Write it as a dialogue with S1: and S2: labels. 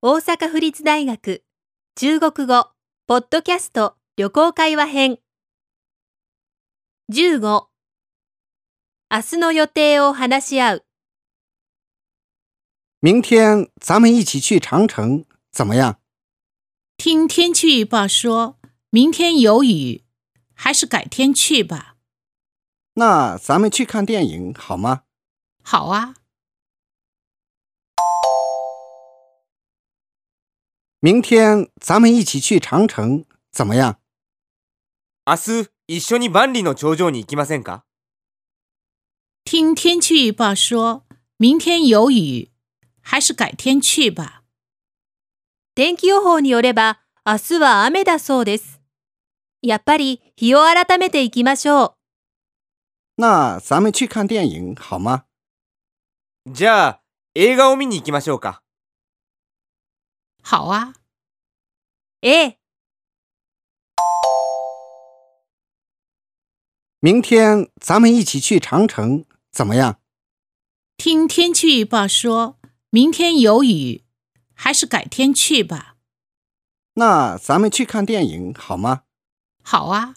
S1: 大阪府立大学中国語ポッドキャスト旅行会話編15明日の予定を話し合う
S2: 明天咱们一起去长城，怎么样？
S3: 听天气预报说明天有雨，还是改天去吧。
S2: 那咱们去看电影好吗？
S3: 好啊，
S2: 明天咱们一起去长城，怎么样？
S4: 明日一緒に万里の長城に行きませんか
S3: 听天气预报说明天有雨，还是改天去吧。
S1: 天気予報によれば明日は雨だそうですやっぱり日を改めていきましょう
S2: 那咱们去看电影好吗？
S4: じゃあ映画を見に行きましょうか
S3: 好啊，
S1: A
S2: 明天咱们一起去长城，怎么样？
S3: 听天气预报说明天有雨，还是改天去吧。
S2: 那咱们去看电影好吗？
S3: 好啊。